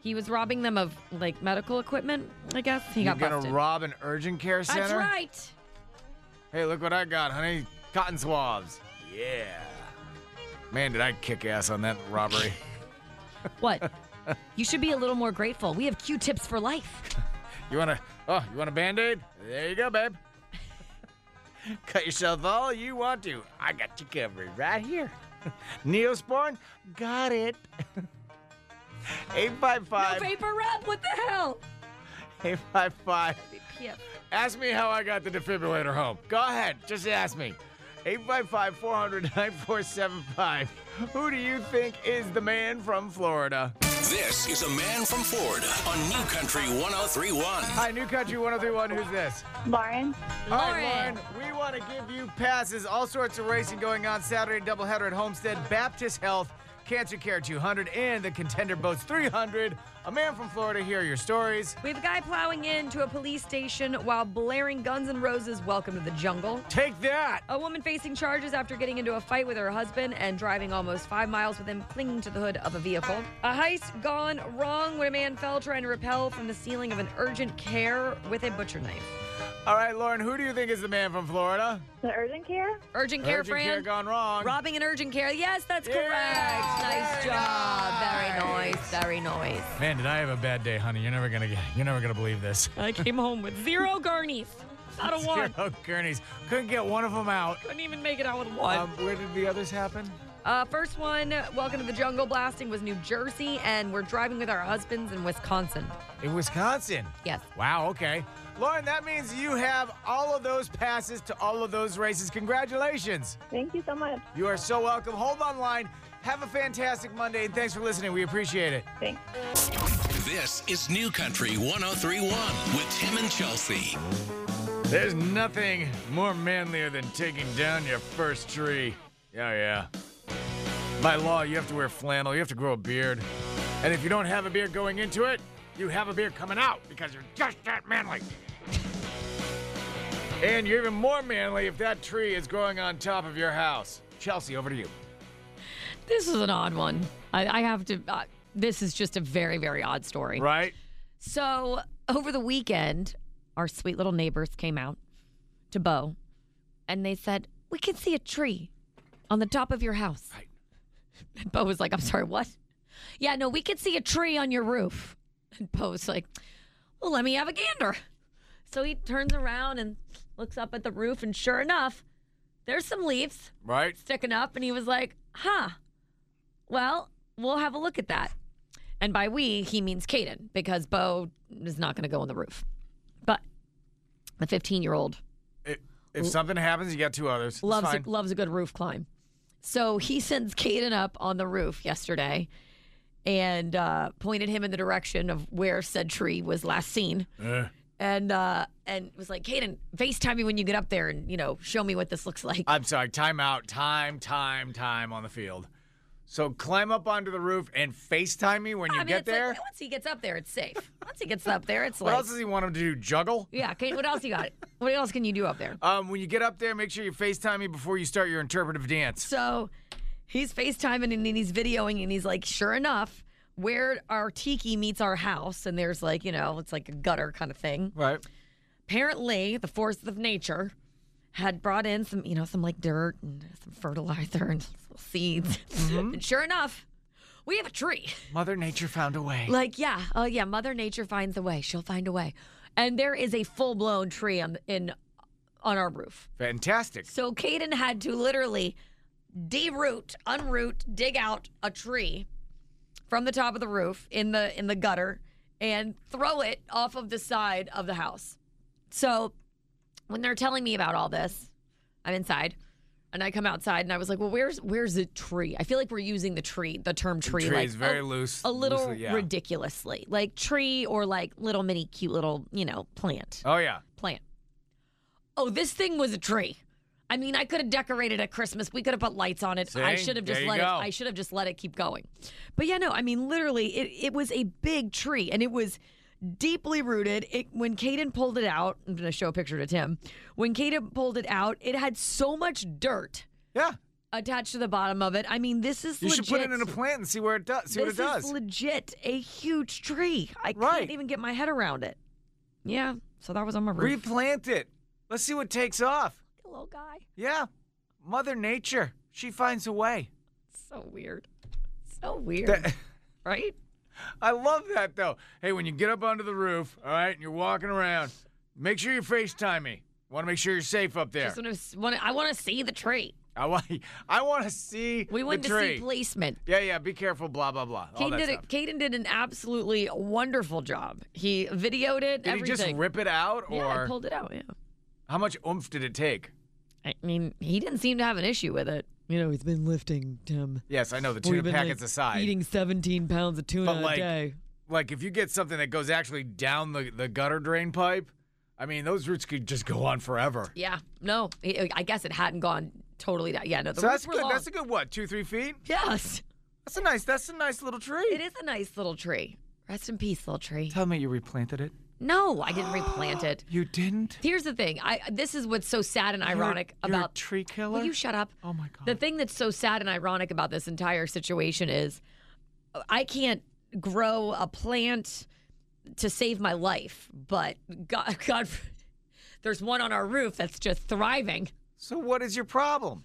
Speaker 4: He was robbing them of like medical equipment, I guess. He
Speaker 3: You're
Speaker 4: got
Speaker 3: gonna
Speaker 4: busted.
Speaker 3: rob an urgent care center?
Speaker 4: That's right.
Speaker 3: Hey, look what I got, honey. Cotton swabs. Yeah. Man, did I kick ass on that robbery.
Speaker 4: What? you should be a little more grateful. We have Q-tips for life.
Speaker 3: You wanna oh, you want a band-aid? There you go, babe. Cut yourself all you want to. I got you covered right here. Neosporin? Got it.
Speaker 4: No
Speaker 3: 855
Speaker 4: paper rub. What the hell?
Speaker 3: 855.
Speaker 4: Yep.
Speaker 3: Ask me how I got the defibrillator home. Go ahead, just ask me. 855 400 9475. Who do you think is the man from Florida?
Speaker 1: This is a Man from Florida on New Country 1031.
Speaker 3: Hi, New Country 1031. Who's this?
Speaker 8: Lauren,
Speaker 3: All right,
Speaker 4: Lauren.
Speaker 3: Lauren, we want to give you passes. All sorts of racing going on Saturday doubleheader at Homestead Baptist Health, Cancer Care 200, and the Contender Boats 300. A man from Florida, hear your stories.
Speaker 4: We have a guy plowing into a police station while blaring Guns N' Roses' "Welcome to the Jungle."
Speaker 3: Take that.
Speaker 4: A woman facing charges after getting into a fight with her husband and driving almost five miles with him clinging to the hood of a vehicle. A heist gone wrong when a man fell trying to rappel from the ceiling of an urgent care with a butcher knife.
Speaker 3: All right, Lauren, who do you think is the man from Florida?
Speaker 8: the urgent care.
Speaker 4: Urgent care,
Speaker 3: Urgent care
Speaker 4: Fran.
Speaker 3: gone wrong.
Speaker 4: Robbing an urgent care. Yes, that's
Speaker 3: Yeah,
Speaker 4: correct. Nice
Speaker 3: very
Speaker 4: job. Very
Speaker 3: nice.
Speaker 4: nice. Very nice.
Speaker 3: Man, did I have a bad day, honey? You're never gonna get. You're never gonna believe this.
Speaker 4: I came home with zero gurneys. Out of one.
Speaker 3: Zero gurneys. Couldn't get one of them out.
Speaker 4: Couldn't even make it out with one.
Speaker 3: Um, where did the others happen?
Speaker 4: Uh, first one, Welcome to the Jungle Blasting, was New Jersey, and we're driving with our husbands in Wisconsin.
Speaker 3: In Wisconsin.
Speaker 4: Yes.
Speaker 3: Wow, okay. Lauren, that means you have all of those passes to all of those races. Congratulations.
Speaker 8: Thank you so much.
Speaker 3: You are so welcome. Hold on line. Have a fantastic Monday, and thanks for listening. We appreciate it.
Speaker 8: Thanks.
Speaker 1: This is New Country 1031 with Tim and Chelsea.
Speaker 3: There's nothing more manlier than taking down your first tree. Yeah, yeah. By law, you have to wear flannel, you have to grow a beard. And if you don't have a beard going into it, you have a beard coming out because you're just that manly. and you're even more manly if that tree is growing on top of your house. Chelsea, over to you.
Speaker 4: This is an odd one. I, I have to. Uh, this is just a very, very odd story.
Speaker 3: Right?
Speaker 4: So, over the weekend, our sweet little neighbors came out to Bo and they said, We can see a tree on the top of your house.
Speaker 3: Right.
Speaker 4: And Bo was like, I'm sorry, what? Yeah, no, we can see a tree on your roof. And Bo was like, Well, let me have a gander. So he turns around and looks up at the roof, and sure enough, there's some leaves
Speaker 3: Right?
Speaker 4: sticking up and he was like, huh, well, we'll have a look at that. And by we, he means Caden because Bo is not going to go on the roof. But the 15 year old
Speaker 3: If something happens, you got two others. It's
Speaker 4: loves
Speaker 3: fine.
Speaker 4: a, loves a good roof climb. So he sends Caden up on the roof yesterday and uh, pointed him in the direction of where said tree was last seen.
Speaker 3: Eh.
Speaker 4: And uh, and was like, Caden, FaceTime me when you get up there and, you know, show me what this looks like.
Speaker 3: I'm sorry. Time out. Time, time, time on the field. So climb up onto the roof and FaceTime me when you
Speaker 4: I mean,
Speaker 3: get
Speaker 4: it's like,
Speaker 3: there.
Speaker 4: once he gets up there, it's safe. Once he gets up there, it's
Speaker 3: what
Speaker 4: like,
Speaker 3: else does he want him to do? Juggle?
Speaker 4: yeah, Caden, what else you got? What else can you do up there?
Speaker 3: Um, when you get up there, make sure you FaceTime me before you start your interpretive dance.
Speaker 4: So he's FaceTiming and then he's videoing and he's like, sure enough, where our tiki meets our house, and there's like, you know, it's like a gutter kind of thing.
Speaker 3: Right.
Speaker 4: Apparently, the force of nature had brought in some, you know, some like dirt and some fertilizer and some little seeds.
Speaker 3: Mm-hmm.
Speaker 4: and sure enough, we have a tree.
Speaker 3: Mother Nature found a way.
Speaker 4: Like, yeah, oh yeah, Mother Nature finds a way. She'll find a way. And there is a full blown tree on in on our roof.
Speaker 3: Fantastic.
Speaker 4: So Caden had to literally deroot, unroot, dig out a tree from the top of the roof in the in the gutter and throw it off of the side of the house. So when they're telling me about all this, I'm inside and I come outside and I was like, "Well, where's where's the tree?" I feel like we're using the tree, the term tree,
Speaker 3: tree
Speaker 4: like
Speaker 3: is very
Speaker 4: a,
Speaker 3: loose-
Speaker 4: a little
Speaker 3: loosely, yeah.
Speaker 4: ridiculously, like tree or like little mini cute little you know plant
Speaker 3: Oh yeah.
Speaker 4: plant. Oh, this thing was a tree. I mean, I could have decorated at Christmas. We could have put lights on it. I
Speaker 3: See?
Speaker 4: should have
Speaker 3: There
Speaker 4: just
Speaker 3: you
Speaker 4: let
Speaker 3: go.
Speaker 4: it. I should have just let it keep going. But yeah, no. I mean, literally, it, it was a big tree, and it was deeply rooted. It when Caden pulled it out, I'm gonna show a picture to Tim. When Caden pulled it out, it had so much dirt
Speaker 3: Yeah.
Speaker 4: attached to the bottom of it. I mean, this is
Speaker 3: You
Speaker 4: legit.
Speaker 3: should put it in a plant and see where it does. See
Speaker 4: this
Speaker 3: what it does.
Speaker 4: is legit a huge tree. I
Speaker 3: Right.
Speaker 4: can't even get my head around it. Yeah. So that was on my roof.
Speaker 3: Replant it. Let's see what takes off.
Speaker 4: Little guy.
Speaker 3: Yeah. Mother Nature. She finds a way.
Speaker 4: So weird. So weird.
Speaker 3: That-
Speaker 4: right?
Speaker 3: I love that though. Hey, when you get up onto the roof, all right, and you're walking around, make sure you FaceTime me. Want to make sure you're safe up there.
Speaker 4: Just want to, I want to see the tree.
Speaker 3: I want, I want to see
Speaker 4: We went
Speaker 3: the
Speaker 4: to
Speaker 3: tree.
Speaker 4: see placement.
Speaker 3: yeah, yeah. Be careful. Blah blah blah. all
Speaker 4: Caden
Speaker 3: that
Speaker 4: did,
Speaker 3: stuff.
Speaker 4: it, Caden did an absolutely wonderful job. He videoed it,
Speaker 3: Did
Speaker 4: everything.
Speaker 3: he just rip it out, or
Speaker 4: yeah, I pulled it out. Yeah.
Speaker 3: how much oomph did it take?
Speaker 4: I mean, he didn't seem to have an issue with it. You know, he's been lifting, Tim.
Speaker 3: Yes, I know the
Speaker 4: We've
Speaker 3: tuna
Speaker 4: been,
Speaker 3: packets
Speaker 4: like,
Speaker 3: aside.
Speaker 4: Eating 17 pounds of tuna
Speaker 3: But, like,
Speaker 4: a day.
Speaker 3: Like if you get something that goes actually down the, the gutter drain pipe, I mean those roots could just go on forever.
Speaker 4: Yeah. No, he- I guess it hadn't gone totally down. Yeah, no, the
Speaker 3: so
Speaker 4: roots
Speaker 3: that's
Speaker 4: were
Speaker 3: good.
Speaker 4: long.
Speaker 3: That's a good what two three feet.
Speaker 4: Yes.
Speaker 3: That's a nice. That's a nice little tree.
Speaker 4: It is a nice little tree. Rest in peace, little tree.
Speaker 3: Tell me you replanted it.
Speaker 4: No, I didn't replant it.
Speaker 3: You didn't.
Speaker 4: Here's the thing. I this is what's so sad and
Speaker 3: You're-
Speaker 4: ironic
Speaker 3: you're a
Speaker 4: about
Speaker 3: tree killer.
Speaker 4: Will you shut up?
Speaker 3: oh my god.
Speaker 4: The thing that's so sad and ironic about this entire situation is I can't grow a plant to save my life, but God, God there's one on our roof that's just thriving.
Speaker 3: so what is your problem?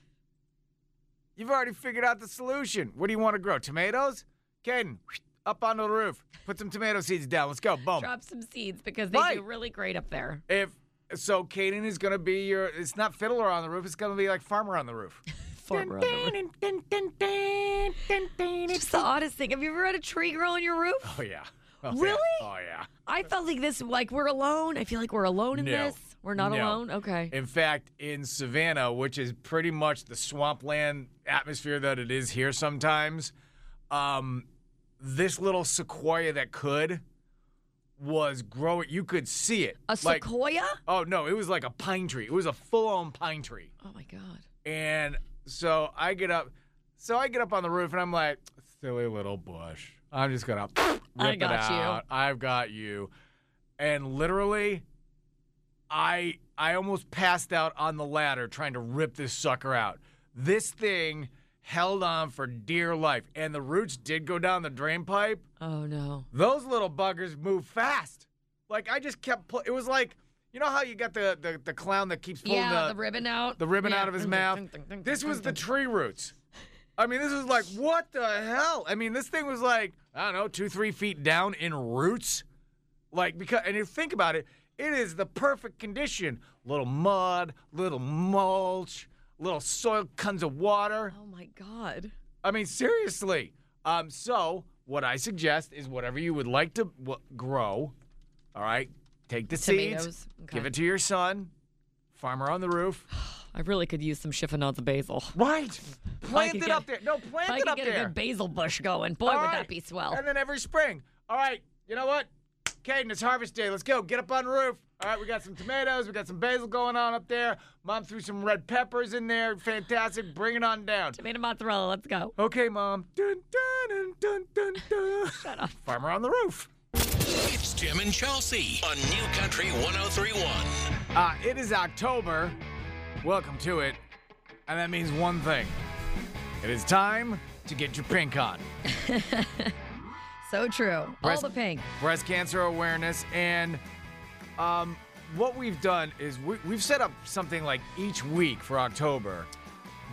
Speaker 3: You've already figured out the solution. What do you want to grow? Tomatoes? Caden, up onto the roof. Put some tomato seeds down. Let's go. Boom.
Speaker 4: Drop some seeds because they
Speaker 3: Right.
Speaker 4: do really great up there.
Speaker 3: If so, Caden is gonna be your. It's not fiddler on the roof. It's gonna be like farmer on the roof.
Speaker 4: Farmer on the roof. It's the oddest thing. Have you ever had a tree grow on your roof?
Speaker 3: Oh yeah. Oh,
Speaker 4: Really?
Speaker 3: Yeah. Oh yeah.
Speaker 4: I felt like this, like we're alone. I feel like we're alone in
Speaker 3: No.
Speaker 4: this. We're not
Speaker 3: No.
Speaker 4: alone. Okay.
Speaker 3: In fact, in Savannah, which is pretty much the swampland atmosphere that it is here sometimes, um, this little sequoia that could was growing. You could see it.
Speaker 4: a
Speaker 3: Like-
Speaker 4: sequoia?
Speaker 3: Oh no, it was like a pine tree. It was a full-on pine tree.
Speaker 4: Oh my god.
Speaker 3: And so I get up, so I get up on the roof, and I'm like, silly little bush. I'm just gonna rip
Speaker 4: I
Speaker 3: it
Speaker 4: got you.
Speaker 3: out. I've got you. And literally, I I almost passed out on the ladder trying to rip this sucker out. This thing held on for dear life, and the roots did go down the drain pipe.
Speaker 4: Oh no.
Speaker 3: Those little buggers move fast. Like I just kept. Pull- it was like you know how you got the the, the clown that keeps pulling
Speaker 4: yeah,
Speaker 3: the
Speaker 4: the ribbon out.
Speaker 3: the ribbon
Speaker 4: Yeah.
Speaker 3: out of his mouth. This was the tree roots. I mean, this was like, what the hell? I mean, this thing was like, I don't know, two, three feet down in roots. Like, because, and you think about it, it is the perfect condition. Little mud, little mulch, little soil, tons of water.
Speaker 4: Oh my god.
Speaker 3: I mean, seriously. Um, so what I suggest is whatever you would like to w- grow, all right, take the
Speaker 4: Tomatoes,
Speaker 3: seeds,
Speaker 4: okay.
Speaker 3: give it to your son, Farmer on the roof.
Speaker 4: I really could use some chiffonade basil.
Speaker 3: Right. Plant
Speaker 4: could
Speaker 3: it
Speaker 4: get-
Speaker 3: up there. No,
Speaker 4: If
Speaker 3: plant
Speaker 4: I
Speaker 3: it
Speaker 4: could
Speaker 3: up
Speaker 4: get
Speaker 3: there.
Speaker 4: a good basil bush going, boy,
Speaker 3: All
Speaker 4: would
Speaker 3: right.
Speaker 4: that be swell.
Speaker 3: And then every spring. All right, you know what? Caden, it's harvest day. Let's go. Get up on the roof. All right, we got some tomatoes. We got some basil going on up there. Mom threw some red peppers in there. Fantastic. Bring it on down.
Speaker 4: Tomato mozzarella, let's go.
Speaker 3: Okay, Mom. Dun, dun, dun, dun, dun. Shut up. Farmer on the roof.
Speaker 1: It's Tim and Chelsea on New Country 1031.
Speaker 3: Uh, it is October. Welcome to it. And that means one thing it is time to get your pink on.
Speaker 4: So true.
Speaker 3: Breast-
Speaker 4: All the pink.
Speaker 3: breast cancer awareness and um, what we've done is we, we've set up something like each week for october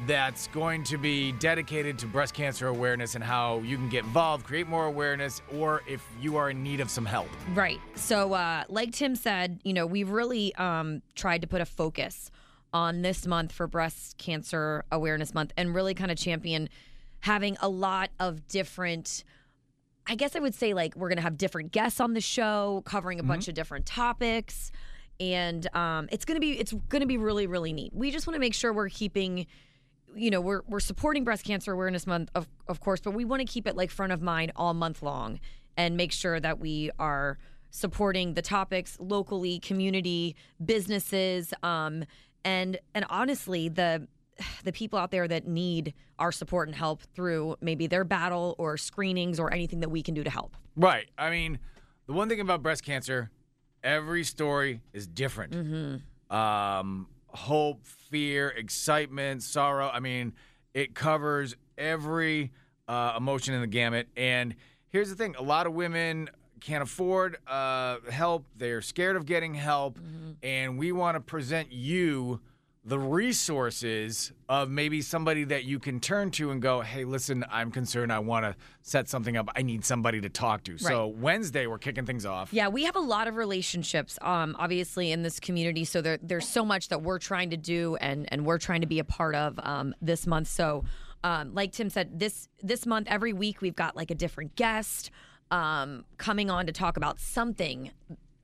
Speaker 3: that's going to be dedicated to breast cancer awareness and how you can get involved create more awareness or if you are in need of some help
Speaker 4: Right. So, uh, like Tim said, you know, we've really um, tried to put a focus on this month for Breast Cancer Awareness Month and really kind of champion having a lot of different. I guess I would say like we're gonna have different guests on the show, covering a bunch of different topics, and um, it's gonna be it's gonna be really really neat. We just want to make sure we're keeping you know we're we're supporting breast cancer awareness month of of course but we want to keep it like front of mind all month long and make sure that we are supporting the topics locally community businesses um and and honestly the the people out there that need our support and help through maybe their battle or screenings or anything that we can do to help
Speaker 3: right i mean the one thing about breast cancer every story is different um, hope, fear, excitement, sorrow. I mean, it covers every uh, emotion in the gamut. And here's the thing a lot of women can't afford uh, help, they're scared of getting help. And we want to present you the resources of maybe somebody that you can turn to and go, hey, listen, I'm concerned. I want to set something up. I need somebody to talk to. So, Wednesday, we're kicking things off.
Speaker 4: Yeah, we have a lot of relationships, um, obviously in this community. So there, there's so much that we're trying to do and and we're trying to be a part of um, this month. So, um, like Tim said, this this month, every week we've got like a different guest um, coming on to talk about something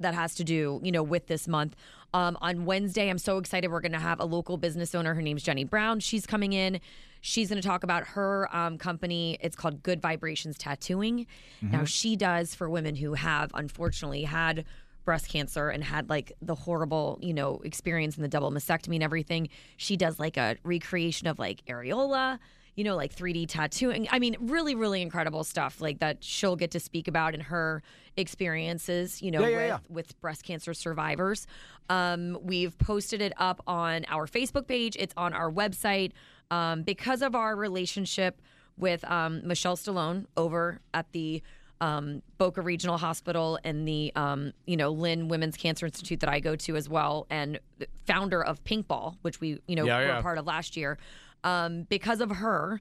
Speaker 4: that has to do, you know, with this month. Um, on Wednesday, I'm so excited. We're going to have a local business owner. Her name's Jenny Brown. She's coming in. She's going to talk about her um, company. It's called Good Vibrations Tattooing. Now, she does for women who have unfortunately had breast cancer and had like the horrible, you know, experience in the double mastectomy and everything. She does like a recreation of like areola you know, like 3D tattooing. I mean, really, really incredible stuff like that she'll get to speak about in her experiences, you know,
Speaker 3: Yeah, yeah,
Speaker 4: with,
Speaker 3: yeah.
Speaker 4: with breast cancer survivors. Um, we've posted it up on our Facebook page, it's on our website. Um, because of our relationship with um, Michelle Stallone over at the um, Boca Regional Hospital and the, um, you know, Lynn Women's Cancer Institute that I go to as well, and the founder of Pinkball, which we, you know,
Speaker 3: Yeah,
Speaker 4: were
Speaker 3: yeah.
Speaker 4: part of last year. Um, because of her,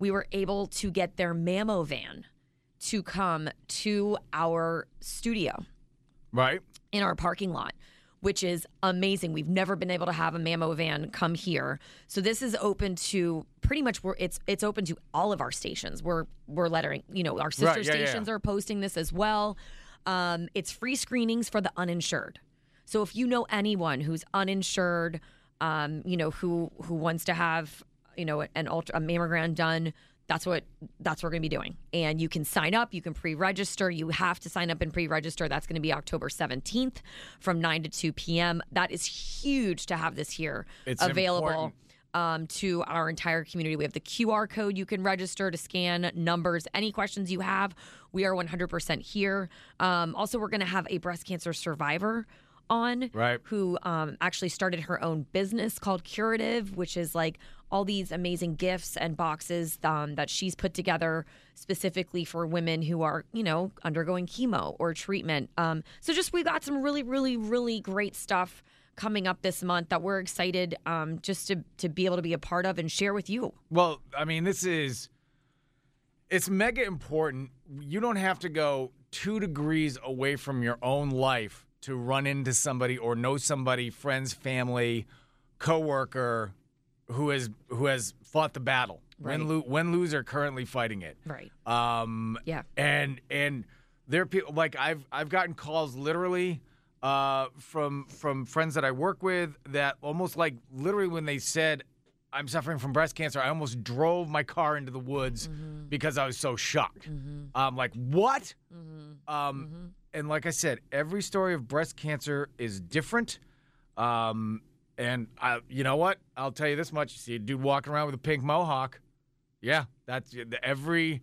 Speaker 4: we were able to get their mammo van to come to our studio
Speaker 3: Right?
Speaker 4: in our parking lot, which is amazing. We've never been able to have a mammo van come here, so this is open to pretty much. We're, it's it's open to all of our stations. We're we're lettering, you know, our sister
Speaker 3: Right, yeah, yeah, yeah.
Speaker 4: stations are posting this as well. Um, it's free screenings for the uninsured. So if you know anyone who's uninsured, um, you know who who wants to have you know an ultra a mammogram done, that's what that's what we're going to be doing. And you can sign up, you can pre-register. You have to sign up and pre-register. That's going to be October seventeenth from nine to two p.m. That is huge to have this here
Speaker 3: It's
Speaker 4: available
Speaker 3: important.
Speaker 4: um, to our entire community. We have the QR code you can register to scan numbers, any questions you have. We are 100% here. Um, also, we're going to have a breast cancer survivor on
Speaker 3: Right.
Speaker 4: who um, actually started her own business called Curative, which is like all these amazing gifts and boxes um, that she's put together specifically for women who are, you know, undergoing chemo or treatment. Um, so just we got some really, really, really great stuff coming up this month that we're excited um, just to to be able to be a part of and share with you.
Speaker 3: Well, I mean, this is it's mega important. You don't have to go two degrees away from your own life to run into somebody or know somebody, friends, family, coworker who has who has fought the battle.
Speaker 4: Right.
Speaker 3: When lo- when lose are currently fighting it.
Speaker 4: Right.
Speaker 3: Um,
Speaker 4: Yeah.
Speaker 3: and and there are people like I've I've gotten calls literally uh, from from friends that I work with that almost like literally when they said I'm suffering from breast cancer, I almost drove my car into the woods because I was so shocked. I'm like, what? Um,
Speaker 4: Mm-hmm.
Speaker 3: And like I said, every story of breast cancer is different. Um, and I, you know what? I'll tell you this much: you see a dude walking around with a pink mohawk. Yeah, that's the- every. In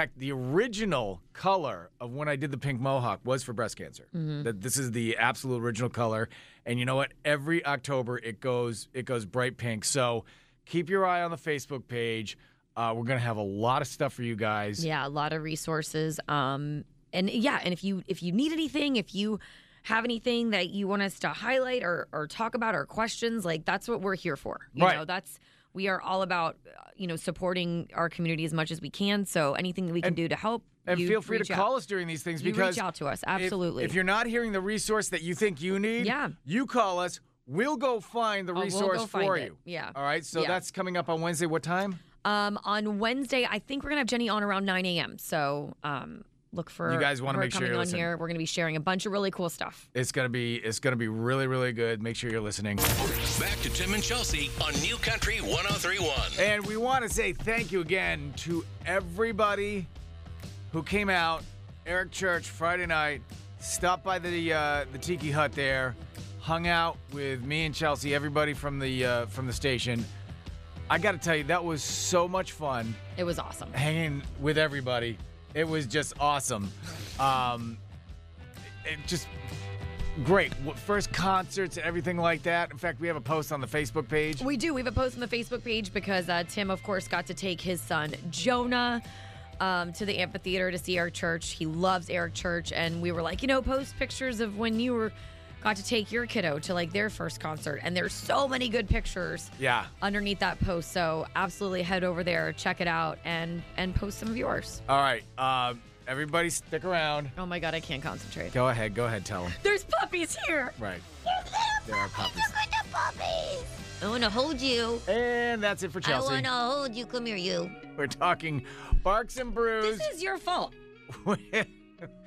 Speaker 3: fact, the original color of when I did the pink mohawk was for breast cancer.
Speaker 4: Mm-hmm.
Speaker 3: That this is the absolute original color. And you know what? Every October it goes it goes bright pink. So keep your eye on the Facebook page. Uh, we're gonna have a lot of stuff for you guys.
Speaker 4: Yeah, a lot of resources. Um, and yeah, and if you if you need anything, if you have anything that you want us to highlight or or talk about or questions, like that's what we're here for. You
Speaker 3: Right.
Speaker 4: know, that's we are all about uh, you know supporting our community as much as we can. So anything that we can do to help,
Speaker 3: And
Speaker 4: you
Speaker 3: feel free to
Speaker 4: reach out.
Speaker 3: call us during these things
Speaker 4: You
Speaker 3: because
Speaker 4: reach out to us,
Speaker 3: if-
Speaker 4: absolutely.
Speaker 3: If, you're not hearing the resource that you think you need,
Speaker 4: Yeah. Uh,
Speaker 3: you call us. We'll go find the
Speaker 4: Oh, we'll
Speaker 3: resource
Speaker 4: go
Speaker 3: for
Speaker 4: find it.
Speaker 3: you.
Speaker 4: Yeah.
Speaker 3: All right. So
Speaker 4: Yeah.
Speaker 3: that's coming up on Wednesday. What time?
Speaker 4: Um, on Wednesday, I think we're gonna have Jenny on around 9 a.m. So um, look for
Speaker 3: You guys wanna
Speaker 4: her
Speaker 3: make sure
Speaker 4: coming
Speaker 3: you're
Speaker 4: on
Speaker 3: listening.
Speaker 4: here. We're gonna be sharing a bunch of really cool stuff.
Speaker 3: It's gonna be it's gonna be really really good. Make sure you're listening.
Speaker 1: Back to Tim and Chelsea on New Country 1031.
Speaker 3: And we want to say thank you again to everybody who came out. Eric Church Friday night stopped by the uh, the Tiki Hut there, hung out with me and Chelsea, everybody from the uh, from the station. I got to tell you, that was so much fun
Speaker 4: It was awesome.
Speaker 3: hanging with everybody. It was just awesome. Um, it just great. W- First concerts and everything like that. In fact, we have a post on the Facebook page.
Speaker 4: We do. We have a post on the Facebook page because uh, Tim, of course, got to take his son Jonah um, to the amphitheater to see Eric Church. He loves Eric Church, and we were like, you know, post pictures of when you were got to take your kiddo to like their first concert. And there's so many good pictures
Speaker 3: Yeah.
Speaker 4: underneath that post. So absolutely head over there, check it out, and and post some of yours.
Speaker 3: All right. Um, everybody, stick around.
Speaker 4: Oh my God, I can't concentrate.
Speaker 3: Go ahead. Go ahead. Tell them.
Speaker 4: There's puppies here.
Speaker 3: Right. There are puppies.
Speaker 4: I want to hold you.
Speaker 3: And that's it for Chelsea.
Speaker 4: hold you. Come here, you.
Speaker 3: We're talking Barks and Brews
Speaker 4: This is your fault.
Speaker 3: with,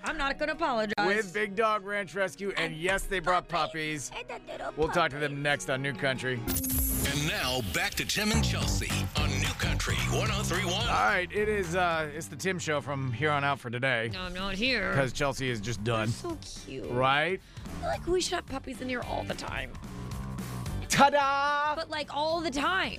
Speaker 4: I'm not going to apologize.
Speaker 3: with Big Dog Ranch Rescue. And yes, they brought puppies. We'll talk to them next on New Country.
Speaker 1: And now back to Tim and Chelsea on New Country 1031.
Speaker 3: All right. It is. Uh, it's the Tim Show from here on out for today
Speaker 4: No, I'm not here.
Speaker 3: because Chelsea is just done.
Speaker 4: So cute.
Speaker 3: Right.
Speaker 4: I feel like we should have puppies in here all the time.
Speaker 3: Ta-da!
Speaker 4: But like all the time.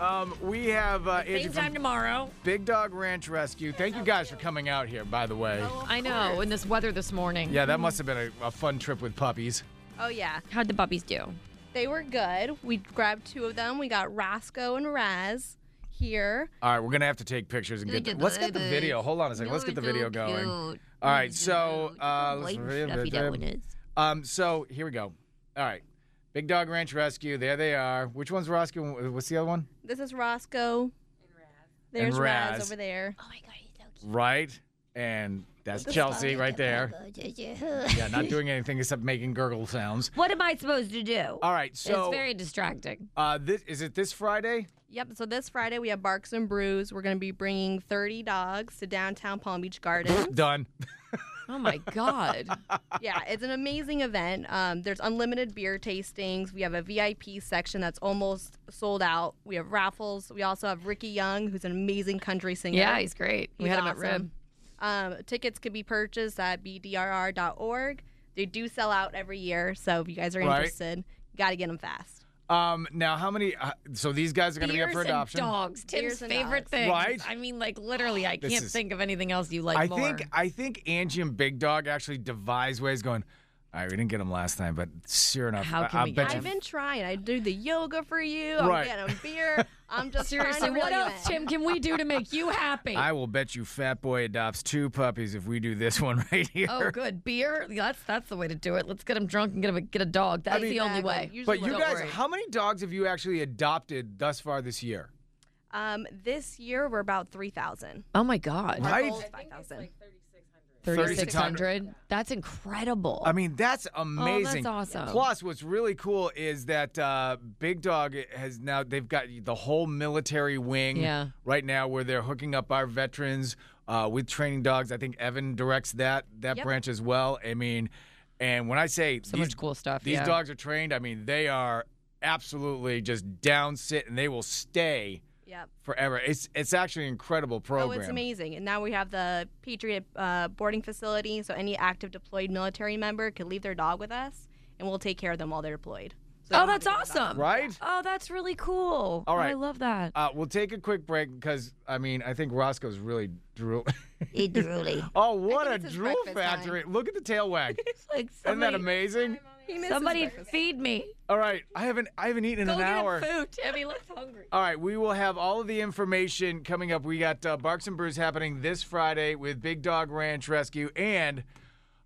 Speaker 3: Um, we have uh, Angie
Speaker 4: Same
Speaker 3: from
Speaker 4: time tomorrow.
Speaker 3: Big Dog Ranch Rescue. Thank you guys for coming out here, by the way.
Speaker 4: I know. In this weather this morning.
Speaker 3: Yeah, that must have been a, a fun trip with puppies.
Speaker 11: Oh yeah,
Speaker 4: How'd the puppies do?
Speaker 11: they were good. We grabbed two of them. We got Roscoe and Raz here.
Speaker 3: All right, we're gonna have to take pictures and get. The, let's get the video. Hold on a second. Let's get the video going. All right, so uh, let's- um, so here we go. All right, Big Dog Ranch Rescue. There they are. Which one's Roscoe? and What's the other one?
Speaker 11: This is Roscoe. There's
Speaker 3: And
Speaker 11: Raz.
Speaker 3: Raz.
Speaker 11: over there.
Speaker 3: Right, and that's Chelsea right there. Yeah, not doing anything except making gurgle sounds.
Speaker 4: What am I supposed to do?
Speaker 3: All right, so
Speaker 4: it's very distracting.
Speaker 3: uh, this is it. This Friday.
Speaker 11: Yep. So this Friday we have Barks and Brews. We're going to be bringing 30 dogs to downtown Palm Beach Gardens.
Speaker 3: Done.
Speaker 4: Oh my God.
Speaker 11: yeah, it's an amazing event. Um, there's unlimited beer tastings. We have a VIP section that's almost sold out. We have raffles. We also have Ricky Young, who's an amazing country singer.
Speaker 4: yeah, he's great. we
Speaker 11: He's
Speaker 4: had him at
Speaker 11: awesome.
Speaker 4: Rib.
Speaker 11: Um, tickets could be purchased at bdrr.org. They do sell out every year, so if you guys are
Speaker 3: Right.
Speaker 11: interested, you got to get them fast.
Speaker 3: Um, now how many? Uh, so these guys are gonna be up
Speaker 4: Beers
Speaker 3: for
Speaker 4: and
Speaker 3: adoption.
Speaker 4: dogs. Tim's
Speaker 11: Beers and
Speaker 4: favorite
Speaker 11: dogs.
Speaker 4: thing.
Speaker 3: Right?
Speaker 4: I mean, like literally, I
Speaker 3: This
Speaker 4: can't
Speaker 3: is-
Speaker 4: think of anything else you like
Speaker 3: I
Speaker 4: more.
Speaker 3: think I think Angie and Big Dog actually devise ways going. All right, we didn't get them last time, but sure enough,
Speaker 4: How
Speaker 3: I,
Speaker 4: can
Speaker 3: I
Speaker 4: we get
Speaker 3: bet
Speaker 4: Yeah.
Speaker 11: I've
Speaker 3: you.
Speaker 11: been trying. I do the yoga for you.
Speaker 3: Right.
Speaker 11: I'm getting a beer. I'm just trying to
Speaker 4: Seriously, what
Speaker 11: reel you
Speaker 4: else,
Speaker 11: in.
Speaker 4: Tim, can we do to make you happy?
Speaker 3: I will bet you Fat Boy adopts two puppies if we do this one right here.
Speaker 4: Oh, good beer. Yeah, That's that's the way to do it. Let's get him drunk and get him a, get a dog. That's
Speaker 3: mean-
Speaker 4: the only
Speaker 11: Exactly.
Speaker 4: way.
Speaker 11: Usually
Speaker 3: But you
Speaker 11: what-
Speaker 4: Don't
Speaker 3: guys,
Speaker 4: worry.
Speaker 3: how many dogs have you actually adopted thus far this year?
Speaker 11: Um, this year we're about three thousand.
Speaker 4: Oh my God,
Speaker 3: Right.
Speaker 11: Five thousand.
Speaker 4: thirty six
Speaker 3: 3,600.
Speaker 4: hundred. That's incredible.
Speaker 3: I mean, that's amazing.
Speaker 4: Oh, awesome.
Speaker 3: Plus, what's really cool is that uh, Big Dog has now they've got the whole military wing
Speaker 4: Yeah.
Speaker 3: right now where they're hooking up our veterans uh, with training dogs. I think Evan directs that that branch as well. I mean, And when I say
Speaker 4: So
Speaker 3: these,
Speaker 4: much cool stuff.
Speaker 3: these
Speaker 4: yeah.
Speaker 3: dogs are trained, I mean they are absolutely just down sit and they will stay
Speaker 11: Yep.
Speaker 3: forever. It's it's actually an incredible program.
Speaker 11: Oh, it's amazing. And now we have the Patriot uh, boarding facility, so any active deployed military member could leave their dog with us, and we'll take care of them while they're deployed. So
Speaker 4: Oh,
Speaker 11: they don't
Speaker 4: that's
Speaker 11: have to go back.
Speaker 4: awesome.
Speaker 3: Right?
Speaker 4: Oh, that's really cool. Oh,
Speaker 3: All
Speaker 4: I
Speaker 3: right.
Speaker 4: love that.
Speaker 3: Uh, we'll take a quick break because I mean I think Roscoe's really drool.
Speaker 4: He drooly.
Speaker 3: oh, what a
Speaker 11: it's his
Speaker 3: drool
Speaker 11: breakfast time.
Speaker 3: factory! Look at the tail wag.
Speaker 4: like
Speaker 3: Isn't that
Speaker 4: somebody,
Speaker 3: amazing?
Speaker 11: He misses
Speaker 4: somebody
Speaker 11: breakfast.
Speaker 4: feed me.
Speaker 3: All right, I haven't I haven't eaten in
Speaker 4: Go
Speaker 3: an
Speaker 4: get him
Speaker 3: hour.
Speaker 4: food. Timmy looks hungry.
Speaker 3: All right, we will have all of the information coming up. We got uh, Barks and Brews happening this Friday with Big Dog Ranch Rescue and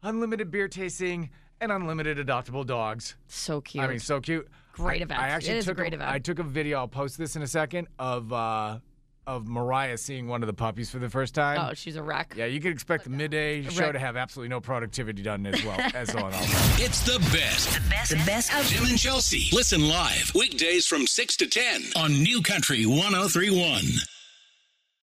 Speaker 3: unlimited beer tasting and unlimited adoptable dogs.
Speaker 4: So cute.
Speaker 3: I mean, so cute.
Speaker 4: Great
Speaker 3: I-
Speaker 4: event.
Speaker 3: I actually
Speaker 4: It is a
Speaker 3: took
Speaker 4: great event.
Speaker 3: I took a video. I'll post this in a second of uh, of Mariah seeing one of the puppies for the first time.
Speaker 4: oh, she's a wreck.
Speaker 3: Yeah, you could expect the midday show
Speaker 4: Right.
Speaker 3: to have absolutely no productivity done as well as on all.
Speaker 1: It's the best. The best. The best of Jim and oh Chelsea. Listen live weekdays from 6 to 10 on New Country 1031.